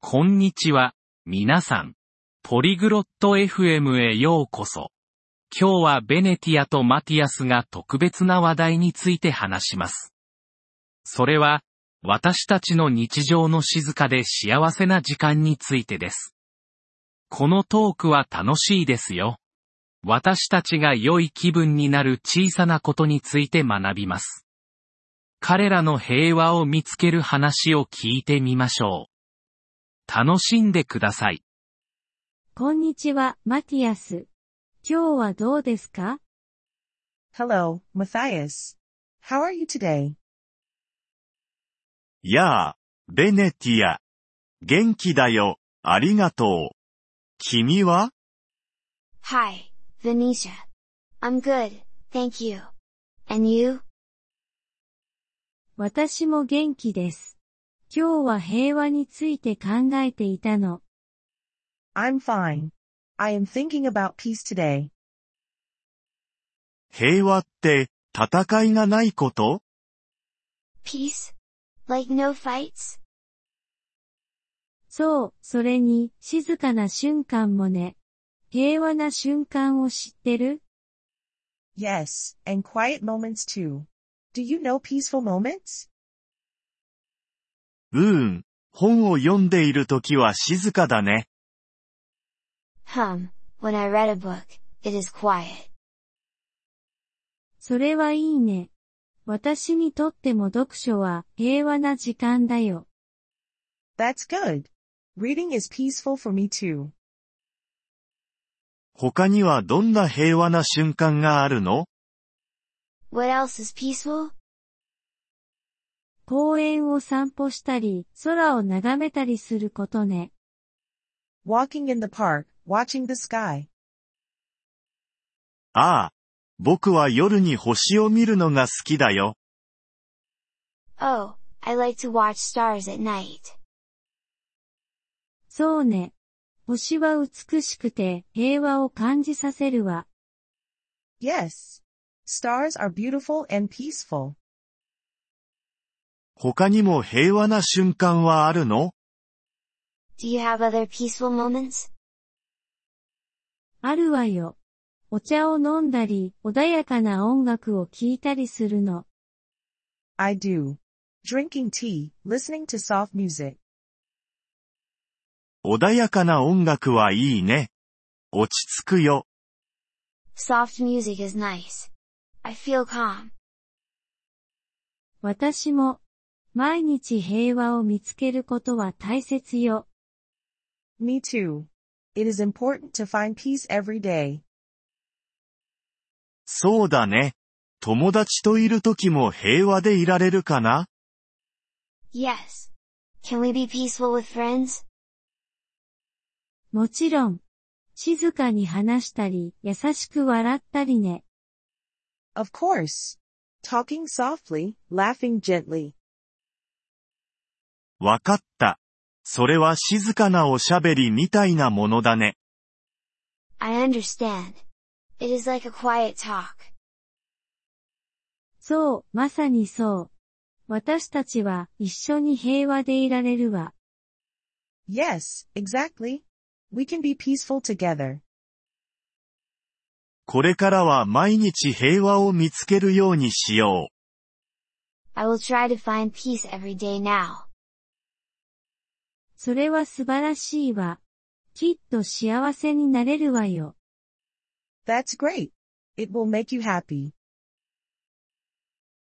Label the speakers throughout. Speaker 1: こんにちは、皆さん。ポリグロット FM へようこそ。今日はベネティアとマティアスが特別な話題について話します。それは、私たちの日常の静かで幸せな時間についてです。このトークは楽しいですよ。私たちが良い気分になる小さなことについて学びます。彼らの平和を見つける話を聞いてみましょう。楽しんでください。
Speaker 2: こんにちは、マティアス。今日はどうですか
Speaker 3: Hello, Matthias. How are you today?
Speaker 4: やあ、ベネティア。元気だよ、ありがとう。君は
Speaker 5: Hi, Venetia. I'm good, thank you. And you?
Speaker 2: 私も元気です。今日は平和について考えていたの。
Speaker 3: I'm fine. I am thinking about peace today.
Speaker 4: 平和って、戦いがないこと
Speaker 5: Peace? Like no fights?
Speaker 2: そう、それに、静かな瞬間もね。平和な瞬間を知ってる
Speaker 3: Yes, and quiet moments too. Do you know peaceful moments?
Speaker 4: うーん、本を読んでいるときは静かだね。
Speaker 5: Hum, when I read a book, it is quiet.
Speaker 2: それはいいね。私にとっても読書は平和な時間だよ。
Speaker 3: That's good. Reading is peaceful for me too.
Speaker 4: 他にはどんな平和な瞬間があるの
Speaker 5: What else is peaceful?
Speaker 2: 公園を散歩したり、空を眺めたりすることね。
Speaker 3: Walking in the park, watching the sky.
Speaker 4: ああ。僕は夜に星を見るのが好きだよ。
Speaker 5: Oh, I like to watch stars at night.
Speaker 2: そうね。星は美しくて平和を感じさせるわ。
Speaker 3: Yes. Stars are beautiful and peaceful.
Speaker 4: 他にも平和な瞬間はあるの
Speaker 5: Do you have other peaceful moments?
Speaker 2: あるわよ。お茶を飲んだり、穏やかな音楽を聴いたりするの。
Speaker 3: I do. Drinking tea, listening to soft music.
Speaker 4: 穏やかな音楽はいいね。落ち着くよ。
Speaker 5: Soft music is nice. I feel calm.
Speaker 2: 私も、毎日平和を見つけることは大切よ。
Speaker 3: Me too. It is important to find peace every day.
Speaker 4: そうだね。友達といるときも平和でいられるかな
Speaker 5: Yes. Can we be peaceful with friends?
Speaker 2: もちろん、静かに話したり、優しく笑ったりね。
Speaker 3: Of course. Talking softly, laughing gently.
Speaker 4: わかった。それは静かなおしゃべりみたいなものだね。
Speaker 5: I understand. It is like a quiet talk.
Speaker 2: そう、まさにそう。私たちは一緒に平和でいられるわ。
Speaker 3: Yes, exactly. We can be peaceful together.
Speaker 4: これからは毎日平和を見つけるようにしよ
Speaker 5: I will try to find peace every day now.
Speaker 2: それは素晴らしいわ。きっと幸せになれるわよ。
Speaker 3: That's great. It will make you happy.
Speaker 4: う。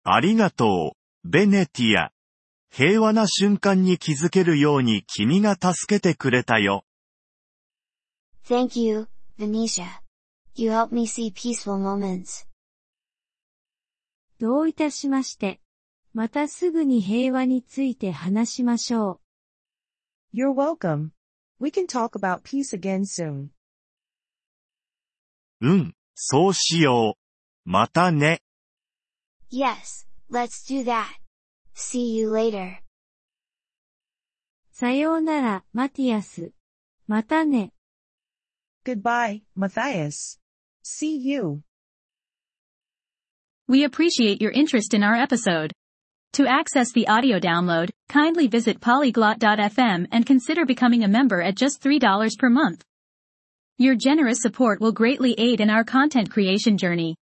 Speaker 4: ありがとう、ベネティア。平和な瞬間に気づけるように君が助けてくれたよ。
Speaker 5: Thank you, Venetia. You help me see peaceful moments.
Speaker 2: どういたしまして。またすぐに平和について話しましょう。
Speaker 3: You're welcome. We can talk about peace again soon.
Speaker 4: うん、そうしよう。またね。
Speaker 5: Yes, let's do that. See you later.
Speaker 2: さようなら、マティアス。またね。
Speaker 3: Goodbye, Matthias. See you.
Speaker 6: We appreciate your interest in our episode. To access the audio download, kindly visit polyglot.fm and consider becoming a member at just $3 per month. Your generous support will greatly aid in our content creation journey.